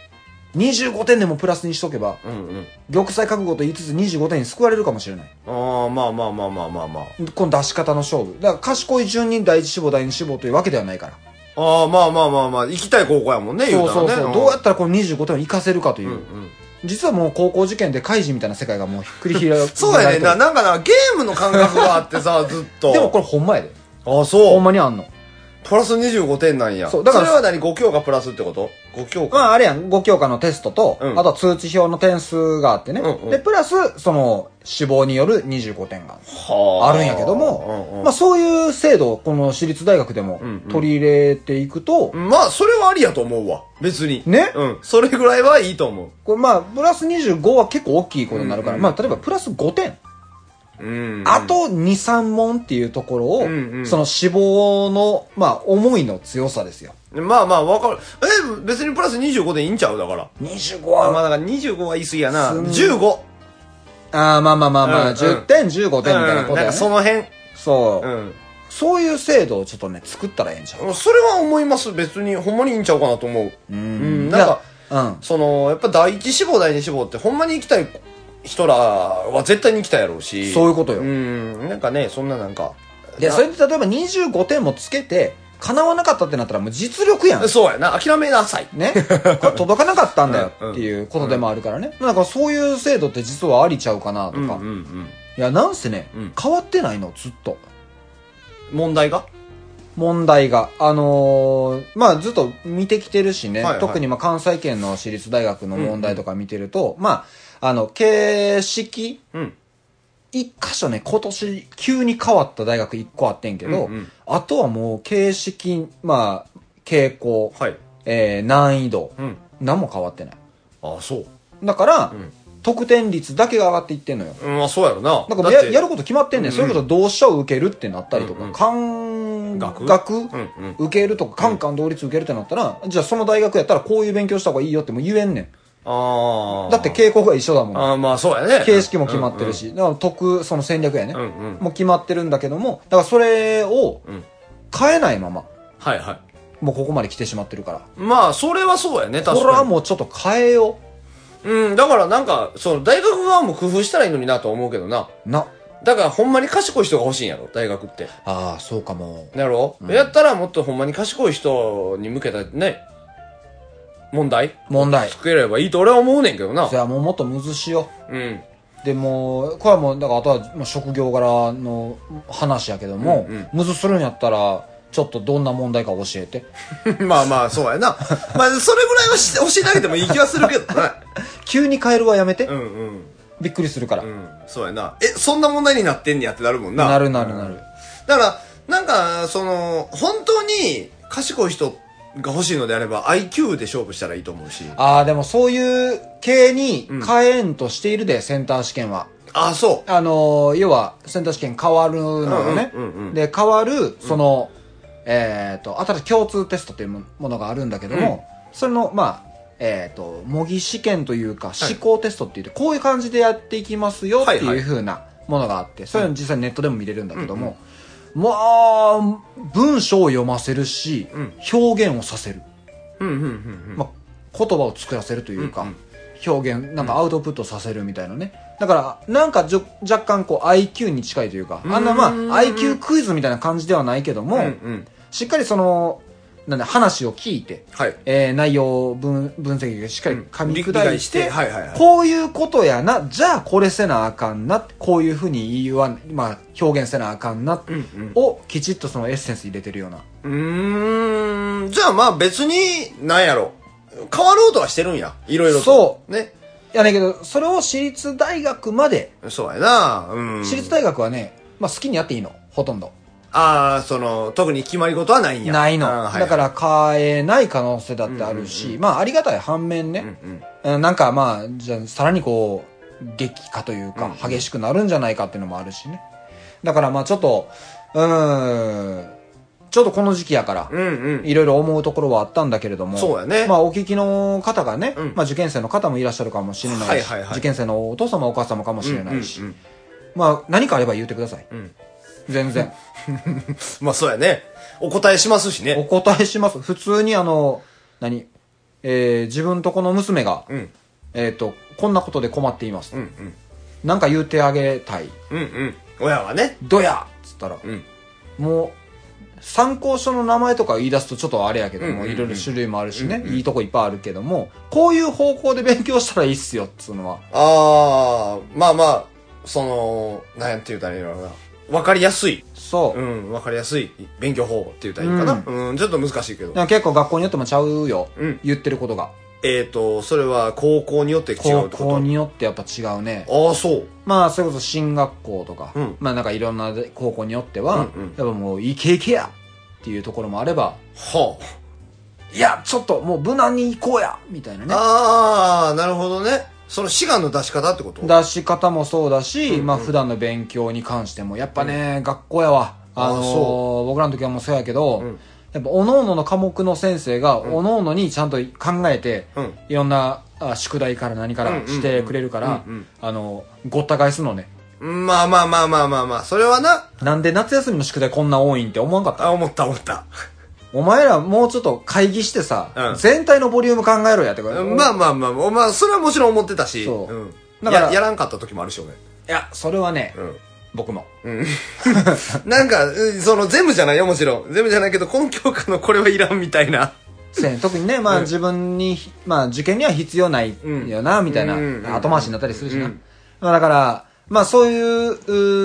Speaker 4: 25点でもプラスにしとけば
Speaker 5: うんうん
Speaker 4: 玉砕覚悟と言いつつ25点に救われるかもしれない
Speaker 5: ああまあまあまあまあまあまあ
Speaker 4: この出し方の勝負だから賢い順に第一志望第二志望というわけではないから
Speaker 5: ああまあまあまあまあ行きたい高校やもんね
Speaker 4: そ
Speaker 5: た
Speaker 4: う
Speaker 5: ら
Speaker 4: そう
Speaker 5: ね
Speaker 4: そうどうやったらこの25点を活かせるかという、
Speaker 5: うんうん
Speaker 4: 実はもう高校受験で開示みたいな世界がもうひっくり開く
Speaker 5: そうやねんななんかなゲームの感覚があって さずっと
Speaker 4: でもこれほんまやで
Speaker 5: ああ
Speaker 4: ほ
Speaker 5: そ
Speaker 4: ん
Speaker 5: う
Speaker 4: まにあんの
Speaker 5: プラス25点なんや
Speaker 4: そうだから
Speaker 5: それは何5教科プラスってこと5教科
Speaker 4: まあ、あれやん、5教科のテストと、
Speaker 5: うん
Speaker 4: あとは通知表の点数があってね。
Speaker 5: うんうん
Speaker 4: で、プラス、その、死亡による25点が
Speaker 5: は
Speaker 4: あるんやけども、
Speaker 5: うんうん
Speaker 4: まあ、そういう制度をこの私立大学でも
Speaker 5: うんうん
Speaker 4: 取り入れていくと、
Speaker 5: まあ、それはありやと思うわ。別に。
Speaker 4: ね
Speaker 5: うん。それぐらいはいいと思
Speaker 4: これまあ、プラス25は結構大きいことになるから、
Speaker 5: うんうん
Speaker 4: まあ、例えばプラス5点、
Speaker 5: う。うん
Speaker 4: あと2、3問っていうところを、
Speaker 5: うんうん
Speaker 4: その死亡の、まあ、思いの強さですよ。
Speaker 5: まあまあ、わかる。え、別にプラス25でいいんちゃうだから。
Speaker 4: 25
Speaker 5: あま
Speaker 4: は、
Speaker 5: あ、だから25は言い過ぎやな。
Speaker 4: すん
Speaker 5: 15。
Speaker 4: ああ、まあまあまあまあ、
Speaker 5: うんうん
Speaker 4: 10点、15点みたいなこ
Speaker 5: う
Speaker 4: と
Speaker 5: んなん
Speaker 4: や
Speaker 5: か
Speaker 4: ね。
Speaker 5: その辺。
Speaker 4: そう。
Speaker 5: うん。
Speaker 4: そういう制度をちょっとね、作ったらええんちゃう
Speaker 5: それは思います。別に、ほんまにいいんちゃうかなと思う。
Speaker 4: う
Speaker 5: うんなんか、
Speaker 4: うん。
Speaker 5: その、やっぱ第一志望、第二志望って、ほんまに行きたい人らは絶対に行きたいやろうし。
Speaker 4: そういうことよ
Speaker 5: うん。なんかね、そんななんか。
Speaker 4: で、
Speaker 5: な
Speaker 4: それで例えば25点もつけて、叶わなかったってなったらもう実力やん。
Speaker 5: そうやな。諦めなさい。
Speaker 4: ね。 これ届かなかったん だよっていうことでもあるからね。なんかそういう制度って実はありちゃうかなと
Speaker 5: うんう
Speaker 4: か。い
Speaker 5: ん
Speaker 4: や、なんせね
Speaker 5: うん、
Speaker 4: 変わってないの、ずっと。
Speaker 5: うん。問題が
Speaker 4: 問題が。あのーまあずっと見てきてるしね、
Speaker 5: はいはい
Speaker 4: 特にまあ関西圏の私立大学の問題とか見てると、まあ、あの、形式
Speaker 5: うん。
Speaker 4: 一箇所ね、今年急に変わった大学一個あってんけど、
Speaker 5: うんうん
Speaker 4: あとはもう形式、まあ、傾向、
Speaker 5: はい。
Speaker 4: えー難易度、
Speaker 5: うん。
Speaker 4: 何も変わってない。
Speaker 5: ああ、そう。
Speaker 4: だから、
Speaker 5: ん
Speaker 4: 得点率だけが上がっていってんのよ。
Speaker 5: うん、まあそうやろな。
Speaker 4: だからや
Speaker 5: って
Speaker 4: やること決まってんねん。
Speaker 5: うん
Speaker 4: そういうこと同志社を受けるってなったりと
Speaker 5: うん
Speaker 4: か、
Speaker 5: うん
Speaker 4: 感
Speaker 5: 学
Speaker 4: 学、
Speaker 5: んうん
Speaker 4: 受けるとか、カンカン同率受けるってなったら、じゃあその大学やったらこういう勉強した方がいいよっても言えんね
Speaker 5: あ
Speaker 4: ん。
Speaker 5: あ。
Speaker 4: だって傾向が一緒だもん。
Speaker 5: ああ、まあそうやね。
Speaker 4: 形式も決まってるし、だから得、その戦略やね、
Speaker 5: うんうん
Speaker 4: もう決まってるんだけども、だからそれを
Speaker 5: うん
Speaker 4: 変えないまま、
Speaker 5: うん。はいはい。
Speaker 4: もうここまで来てしまってるから。
Speaker 5: まあ、それはそうやね、確かに。
Speaker 4: これはもうちょっと変えよ
Speaker 5: うん、だからなんか、その、大学側も工夫したらいいのになと思うけどな。
Speaker 4: う。な。
Speaker 5: だから、ほんまに賢い人が欲しいんやろ、大学って。
Speaker 4: ああ、そうかも。
Speaker 5: やろ、やったら、もっとほんまに賢い人に向けたね、問題
Speaker 4: 問題。
Speaker 5: 作れればいいと俺は思うねんけどな
Speaker 4: じ。ゃあもうもっとむずしよう。
Speaker 5: うん。
Speaker 4: でもう、これはもう、だからあとはもう職業柄の話やけども、
Speaker 5: うんうん
Speaker 4: むずするんやったら、ちょっとどんな問題か教えて。
Speaker 5: まあまあ、そうや な。まあ、それぐらいはし教えてあげてもいい気はするけどな。
Speaker 4: 急に変えるはやめ て。
Speaker 5: うんうん。
Speaker 4: びっくりするから。
Speaker 5: うん、そうやな。え、そんな問題になってんねやってなるもんな。
Speaker 4: なるなるなる
Speaker 5: うんだから、なんか、その、本当に賢い人が欲しいのであれば IQ で勝負したらいいと思うし。
Speaker 4: ああ、でもそういう系に変えんとしているで、センター試験は。
Speaker 5: あ、そう。
Speaker 4: あのー要は、センター試験変わるのよね。
Speaker 5: うんうんうんうん
Speaker 4: で、変わる、その、えっ、と、新しい共通テストというもものがあるんだけども、それの、まあ、えっ、と、模擬試験というか、
Speaker 5: い
Speaker 4: 思考テストって言って、こういう感じでやっていきますよって
Speaker 5: はいはいいう
Speaker 4: 風なものがあって、それは実際ネットでも見れるんだけども、まあ、文章を読ませるし、
Speaker 5: ん
Speaker 4: 表現をさせる。
Speaker 5: うんうんうん
Speaker 4: まあ、言葉を作らせるというか、
Speaker 5: うんうん
Speaker 4: 表現なんかアウトプットさせるみたいなねだからなんかじょ若干こう IQ に近いというかあんなまあ
Speaker 5: うん
Speaker 4: IQ クイズみたいな感じではないけども、
Speaker 5: うん。うんうん。
Speaker 4: しっかりそのなんだ話を聞いて、
Speaker 5: はい。
Speaker 4: えー内容を分分析をしっかり噛み
Speaker 5: うん理
Speaker 4: 砕い,、
Speaker 5: 解しててはいはいはい
Speaker 4: こういうことやなじゃあこれせなあかんなこういうふうに言わん、まあ、表現せなあかんな、をきちっとそのエッセンス入れてるような
Speaker 5: うーん。じゃあまあ別に、なんやろ。変わろうとはしてるんや。いろいろと。。
Speaker 4: そう
Speaker 5: ね。
Speaker 4: いやねんけどそれを私立大学まで
Speaker 5: そうやな。うん。
Speaker 4: 私立大学はね、まあ、好きにやっていいのほとんど
Speaker 5: ああ、その、特に決まり事はないんや。
Speaker 4: ないの。
Speaker 5: あーはい
Speaker 4: だから変えない可能性だってあるし、まあありがたい反面ね、うんなんかまあ、じゃあさらにこう、激化というか、激しくなるんじゃないかっていうのもあるしね。だからまあちょっと、うーん、ちょっとこの時期やから、
Speaker 5: うんうん。
Speaker 4: いろいろ思うところはあったんだけれども。
Speaker 5: そうやね
Speaker 4: まあ、お聞きの方がね、
Speaker 5: ん
Speaker 4: まあ、受験生の方もいらっしゃるかもしれないし、
Speaker 5: はいはいはい
Speaker 4: 受験生のお父様お母様かもしれないし、
Speaker 5: うんうん
Speaker 4: まあ、何かあれば言ってください。
Speaker 5: ん
Speaker 4: 全然。
Speaker 5: まあそうやね。お答えしますし
Speaker 4: お
Speaker 5: ね。
Speaker 4: 答えします。普通にあの、何えー自分とこの娘が、
Speaker 5: うん。
Speaker 4: えっ、と、こんなことで困っていますと。
Speaker 5: うんうん。
Speaker 4: なんか言うてあげたい。
Speaker 5: うんうん。親はね。
Speaker 4: どやっつったら、
Speaker 5: ん
Speaker 4: もう、参考書の名前とか言い出すとちょっとあれやけど
Speaker 5: うんうん
Speaker 4: も、
Speaker 5: うん
Speaker 4: いろいろ種類もあるしね、いいとこいっぱいあるけども、こういう方向で勉強したらいいっすよ、っつうのは。
Speaker 5: ああ、まあまあ、その、なんやって言うたらいいのかな。わかりやすい。
Speaker 4: そうう。
Speaker 5: ん、わかりやすい勉強方法って言うたらいいかな。うん、ちょっと難しいけど
Speaker 4: で。も結構学校によってもちゃうよ、
Speaker 5: うん
Speaker 4: 言ってることが。
Speaker 5: えっと、それは高校によって違う
Speaker 4: 高
Speaker 5: って
Speaker 4: 校
Speaker 5: こ
Speaker 4: によってやっぱ違うね。
Speaker 5: とああ、そう。
Speaker 4: まあ、それこそ進学校とか、
Speaker 5: うん
Speaker 4: まあなんかいろんな高校によっては、
Speaker 5: うんうん
Speaker 4: やっぱもう、イケイケやっていうところもあれば、
Speaker 5: はあ。
Speaker 4: いや、ちょっともう無難に行こうやみたいなね。
Speaker 5: ああ、なるほどね。その志願の出し方ってこと
Speaker 4: 出し方もそうだし、まあ普段の勉強に関しても、やっぱね、学校やわ。あのー
Speaker 5: あ
Speaker 4: 僕らの時はもうそうやけど、
Speaker 5: ん
Speaker 4: やっぱ各々の科目の先生が、各々にちゃんと考えて、
Speaker 5: うん
Speaker 4: いろんなあ宿題から何か
Speaker 5: うんうん
Speaker 4: ら
Speaker 5: うん
Speaker 4: してくれるから、
Speaker 5: うんうん
Speaker 4: あの、ごった返すのね。
Speaker 5: うんまあまあまあまあまあまあ、それはな、
Speaker 4: なんで夏休みの宿題こんな多いんって思わんかった
Speaker 5: あ、思った思った。
Speaker 4: お前らもうちょっと会議してさ、
Speaker 5: うん
Speaker 4: 全体のボリューム考えろやってこれ
Speaker 5: まあまあまあ、まあ、それはもちろん思ってたし、
Speaker 4: そうんだから
Speaker 5: ややらんかった時もあるし、俺。
Speaker 4: いや、それはね、
Speaker 5: うん。
Speaker 4: 僕も。
Speaker 5: なんか、うんその全部じゃないよ、もちろん。全部じゃないけど、今教科のこれはいらんみたいな。
Speaker 4: せや特にね、まあ自分に、まあ受験には必要ないよな、みたいな、
Speaker 5: うん
Speaker 4: 後回しになったりするしな。
Speaker 5: うん
Speaker 4: まあだから、まあそういうう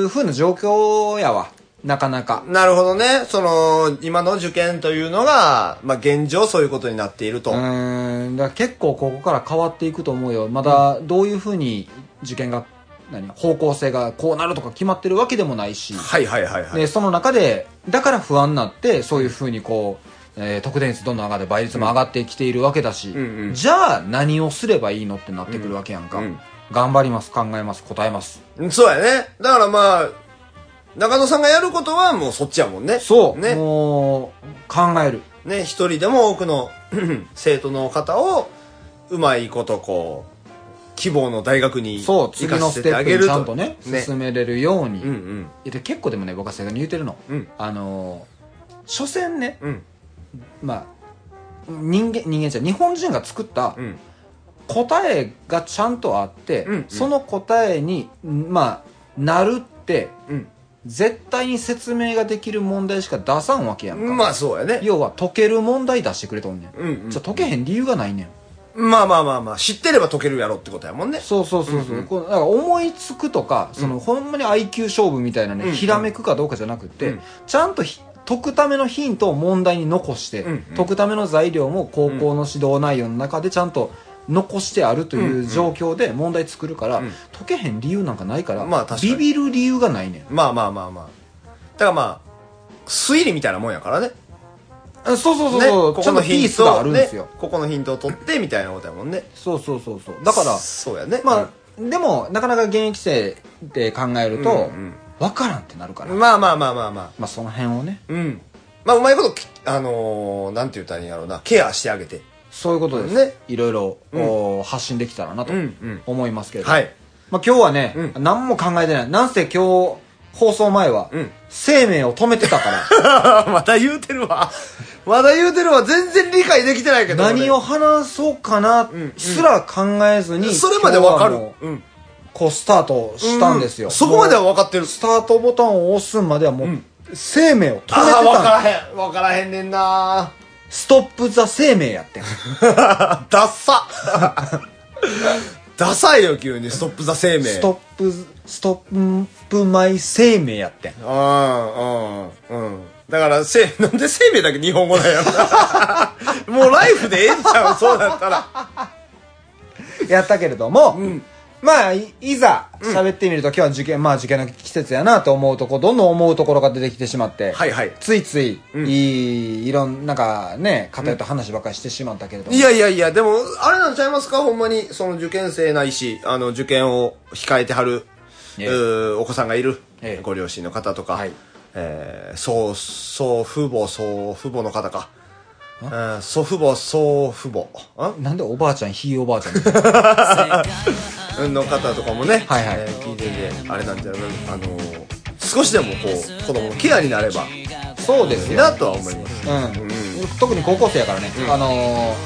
Speaker 4: ー風な状況やわ、なかなか。
Speaker 5: なるほどね。その、今の受験というのが、まあ現状そういうことになっていると。
Speaker 4: うーん、だから結構ここから変わっていくと思うよ。まだどういう風に受験が、何、方向性がこうなるとか決まってるわけでもないし。
Speaker 5: はいはいはいはい。
Speaker 4: で、その中で、だから不安になって、そういう風にこう、えー得点率どんどん上がって倍率も上がってきているわけだし、
Speaker 5: んうん
Speaker 4: じゃあ何をすればいいのってなってくるわけやんか。
Speaker 5: うんうん
Speaker 4: 頑張ります、考えます、答えます。
Speaker 5: そうやね。だからまあ、中野さんがやることはもうそっちやもんね。
Speaker 4: そう、
Speaker 5: ね。
Speaker 4: もう、考える。
Speaker 5: ね、一人でも多くの 生徒の方を、うまいことこう、希望の大学に
Speaker 4: そう、
Speaker 5: 行
Speaker 4: 次
Speaker 5: か
Speaker 4: の
Speaker 5: せ
Speaker 4: ス
Speaker 5: て
Speaker 4: テ
Speaker 5: あ
Speaker 4: ッ
Speaker 5: げる
Speaker 4: プにち
Speaker 5: と。
Speaker 4: ゃんとね、
Speaker 5: ね。
Speaker 4: 進めれるように。
Speaker 5: うんうん。
Speaker 4: いやで結構でもね、僕は最後に言うてるの。
Speaker 5: うん
Speaker 4: あのー、所詮ね、
Speaker 5: うん。
Speaker 4: まあ、人間、人間じゃない、日本人が作った、
Speaker 5: うん。
Speaker 4: 答えがちゃんとあって、
Speaker 5: うんうん
Speaker 4: その答えにまあなるって
Speaker 5: う
Speaker 4: 絶対に説明ができる問題しか出さんわけやんか、
Speaker 5: ん。まあそうやね。
Speaker 4: 要は解ける問題出してくれとんねん、
Speaker 5: うんうん
Speaker 4: じゃあ解けへん理由がないねん
Speaker 5: まあまあまあまあ、知ってれば解けるやろってことやもんね。
Speaker 4: そうそうそうそう、こうだから思いつくとかその、ほんまに IQ 勝負みたいなね、
Speaker 5: うん
Speaker 4: ひらめくかどうかじゃなくて、
Speaker 5: うん
Speaker 4: ちゃんとひ解くためのヒントを問題に残して、
Speaker 5: うんうん
Speaker 4: 解くための材料も高校の指導内容の中でちゃんと残してあるという状況で問題作るから、
Speaker 5: うん
Speaker 4: 解けへん理由なんかないから、
Speaker 5: まあ確かに
Speaker 4: ビビる理由がないねん
Speaker 5: まあまあまあまあ。だからまあ、推理みたいなもんやからね。
Speaker 4: あそうそうそう
Speaker 5: ね
Speaker 4: そう、
Speaker 5: こ
Speaker 4: ちゃ
Speaker 5: この
Speaker 4: んとピ
Speaker 5: ヒ
Speaker 4: ー
Speaker 5: ン
Speaker 4: ス
Speaker 5: ト
Speaker 4: があ
Speaker 5: を
Speaker 4: るん
Speaker 5: ね
Speaker 4: ですよ、
Speaker 5: ここのヒントを取ってみたいなことやもんね。
Speaker 4: そうそうそうそうだから
Speaker 5: そうやね。
Speaker 4: まあでもなかなか現役生で考えると、
Speaker 5: うんうん
Speaker 4: わからんってなるから、
Speaker 5: まあまあまあまあまあ。
Speaker 4: まあその辺をね
Speaker 5: うん。まあ、うまいことき、あのー、なんて言ったらいいんやろうな、ケアしてあげて。
Speaker 4: そういうことです
Speaker 5: ね
Speaker 4: ね。いろいろ、おー発信できたらなと
Speaker 5: うんうん
Speaker 4: 思いますけれど。
Speaker 5: はい。
Speaker 4: まあ今日はね、
Speaker 5: う
Speaker 4: 何も考えてない。なんせ今日、放送前は、
Speaker 5: ん
Speaker 4: 生命を止めてた から、
Speaker 5: まだ言うてるわ。 まだ言うてるわ。全然理解できてないけど。
Speaker 4: 何を話そうかな、すら考えずに、
Speaker 5: 俺それまでわか
Speaker 4: 今日はも
Speaker 5: る。
Speaker 4: う
Speaker 5: うん。
Speaker 4: こう、スタートしたんですよ。
Speaker 5: うそこまでは
Speaker 4: もう
Speaker 5: 分かってる。
Speaker 4: スタートボタンを押すまではもう、生命を止めて
Speaker 5: ああ、分か
Speaker 4: たの。
Speaker 5: らへん。分からへんねんな
Speaker 4: ストップザ生命やってん。
Speaker 5: ダッサ。 ダサいよ、急に。ストップザ生命。
Speaker 4: ストップ、ストップマイ生命やってん。
Speaker 5: うん、うん、うん。だから、せ、 なんで生命だけ日本語なん やろなもうライフでええんちゃうそうだったら。
Speaker 4: やったけれども、まあ、いいざ喋ってみると、今日は受験、まあ受験の季節やなと思うとこ、どんどん思うところが出てきてしまって、
Speaker 5: はいはい
Speaker 4: ついつい、
Speaker 5: うん
Speaker 4: いい、いろんなんかね、偏った話ばっかりしてしまったけれども。
Speaker 5: いやいやいや、でも、あれなんちゃいますかほんまに、その受験生ないし、あの、受験を控えてはる、
Speaker 4: ええ
Speaker 5: うーお子さんがいる、
Speaker 4: ええ
Speaker 5: ご両親の方とか、
Speaker 4: はい
Speaker 5: えー、そう、そう、父母、そう、父母の方か、うん祖父母、そう、父母、あ
Speaker 4: なんでおばあちゃん、ひいおばあちゃんみたいな
Speaker 5: うんの方とかもね、
Speaker 4: はいはい
Speaker 5: えー聞いてて、あれなんじゃないあのー少しでもこう、子供のケアになれば
Speaker 4: そうです
Speaker 5: いい
Speaker 4: よ。
Speaker 5: なとは思います。
Speaker 4: うん。特に高校生やからね、あの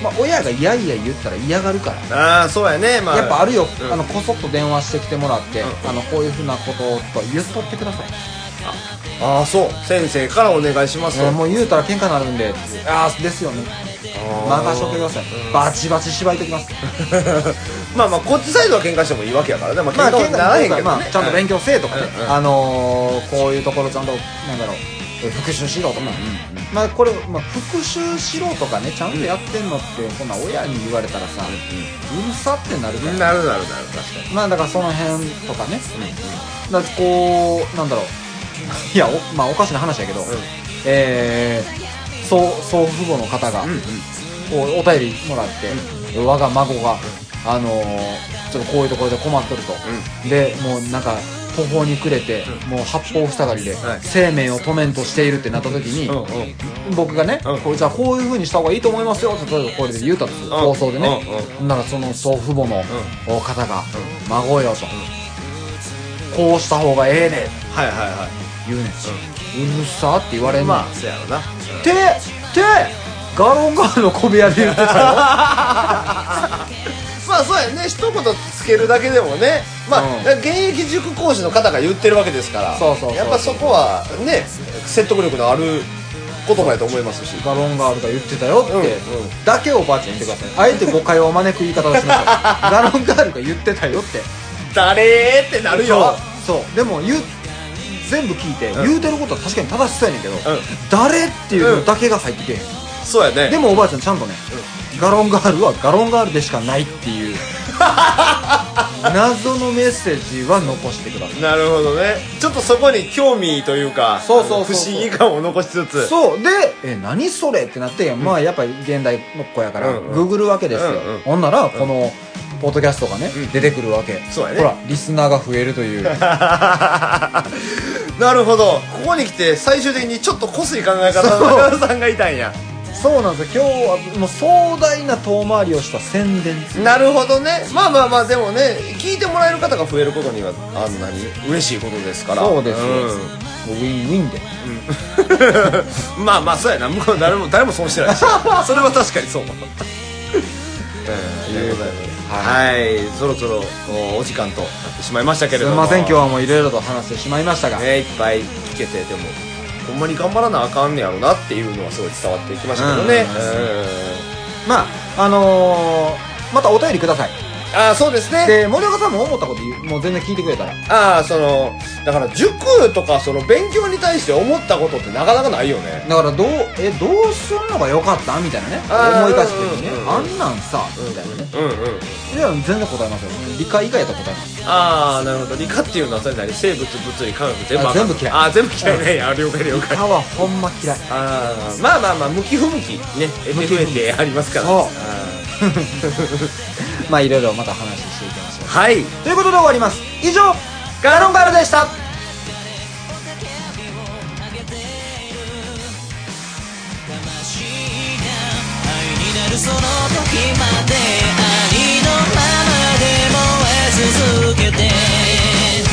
Speaker 4: ーまあ親がいやいや言ったら嫌がるから。
Speaker 5: ああ、そうやね、まあ。
Speaker 4: やっぱあるよ、
Speaker 5: うん
Speaker 4: あのこそっと電話してきてもらって、
Speaker 5: ん
Speaker 4: あのこういうふうなこととか言っとってください、
Speaker 5: ああ、そう。先生からお願いします
Speaker 4: え
Speaker 5: と
Speaker 4: ーもう言うたら喧嘩になるんでああですよね任しとってくださいバチバチ縛いときます
Speaker 5: まあまあこっちサイドは喧嘩してもいいわけやからねまあ
Speaker 4: まあ
Speaker 5: 喧嘩
Speaker 4: 喧
Speaker 5: は
Speaker 4: 嘩
Speaker 5: ならへんけど、ね
Speaker 4: まあちゃんと勉強せえとかね、あのーこういうところちゃんとなんだろうえー復習しろとか、まあこれ、まあ、復習しろとかねちゃんとやってんのって、こんな親に言われたらさ、うるさってなるから、
Speaker 5: なるなるなる確か
Speaker 4: まあだからその辺とかね、だってこうなんだろう いやお,、まあ、おかしな話やけど、えー、そう曽父母の方が、こうお便りもらって、我が孫が、あのーちょっとこういうところで困っとると、でもうなんか途方に暮れて、もう八方塞がりで、
Speaker 5: はい
Speaker 4: 生命を止めんとしているってなった時に、
Speaker 5: にうん
Speaker 4: 僕がね、
Speaker 5: うん
Speaker 4: こうじゃあこういうふうにした方がいいと思いますよって例えばこれで言うたんですよ、
Speaker 5: うん
Speaker 4: 放送でね、
Speaker 5: う
Speaker 4: ならその祖父母の方が「孫よ」と、こうした方がええね」
Speaker 5: はいはいは
Speaker 4: 言うねん、うるさって言われん
Speaker 5: い
Speaker 4: の、
Speaker 5: まあそうやろな
Speaker 4: ててガロンガーの小部屋で言ってたよ
Speaker 5: まあそうやね一言つけるだけでもねまあ、
Speaker 4: うん
Speaker 5: 現役塾講師の方が言ってるわけですから
Speaker 4: そうそうそう
Speaker 5: やっぱそこはね説得力のある言葉やと思いますし
Speaker 4: ガロンガールが言ってたよって、
Speaker 5: うんうん
Speaker 4: だけをばあちゃんに言ってくださいあえて誤解を招く言い方をしました ガロンガールが言ってたよって
Speaker 5: 誰ってなるよ
Speaker 4: そうそうでも言う全部聞いて、言うてることは確かに正しそうやねんけど、
Speaker 5: ん
Speaker 4: 誰っていうのだけが入ってけえへん、
Speaker 5: そうやね
Speaker 4: でもおばあちゃんちゃんとね、ガロンガールはガロンガールでしかないっ ていう謎のメッセージは残してください
Speaker 5: なるほどねちょっとそこに興味というか
Speaker 4: そうそうそうそう
Speaker 5: 不思議感を残しつつ
Speaker 4: そうで「え何それ?」ってなって、まあやっぱり現代の子やから、
Speaker 5: うんうん
Speaker 4: ググるわけですよ、
Speaker 5: うんうん
Speaker 4: ほんならこのポッドキャストがね、出てくるわけ
Speaker 5: そうやね
Speaker 4: ほらリスナーが増える という
Speaker 5: なるほどここに来て最終的にちょっとこすい考え方の中田さんがいたんや
Speaker 4: そうなんですよ今日はもう壮大な遠回りをした宣伝
Speaker 5: なるほどねまあまあまあでもね聞いてもらえる方が増えることにはあんなに嬉しいことですから
Speaker 4: そうですよ、もうウィンウィンで
Speaker 5: うんまあまあそうやな向こう誰も誰も損して ないしそれは確かにそう思ったえーということではい、そろそろおお時間となってしまいましたけれ
Speaker 4: すい
Speaker 5: ども
Speaker 4: ません今日はもういろいろと話してしまいましたが、
Speaker 5: ねいっぱい聞けてでもほんまに頑張らなあかんねやろなっていうのはすごい伝わってきましたけどね、
Speaker 4: まああのー、またお便りください
Speaker 5: うんああそうですね
Speaker 4: で森岡さんも思ったこと言うもう全然聞いてくれたら
Speaker 5: ああそのだから塾とかその勉強に対して思ったことってなかなかないよね
Speaker 4: だからどうえどうすんのが良かったみたいなね
Speaker 5: あー
Speaker 4: 思い返した時にね、
Speaker 5: うんうんうん
Speaker 4: あんなんさ、みたいなね
Speaker 5: うんうん
Speaker 4: いや全然答えますよ理解以外やったら答えます
Speaker 5: ああなるほど理科っていうのはそれなり生物物理科学全部
Speaker 4: あ全部嫌い
Speaker 5: ああ全部嫌いねいや了解了解
Speaker 4: 他はほんま嫌い
Speaker 5: ああまあまあまあ向き不向きね FFA ってありますから
Speaker 4: そう
Speaker 5: あー
Speaker 4: まあいろいろまた話していきましょ
Speaker 5: はいう
Speaker 4: ということで終わります以上ガロンガールでした
Speaker 6: その時までありのままで燃え続けて叫ぶんだ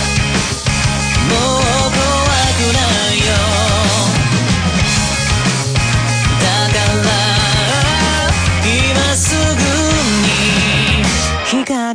Speaker 6: もう怖くないよだから今すぐに光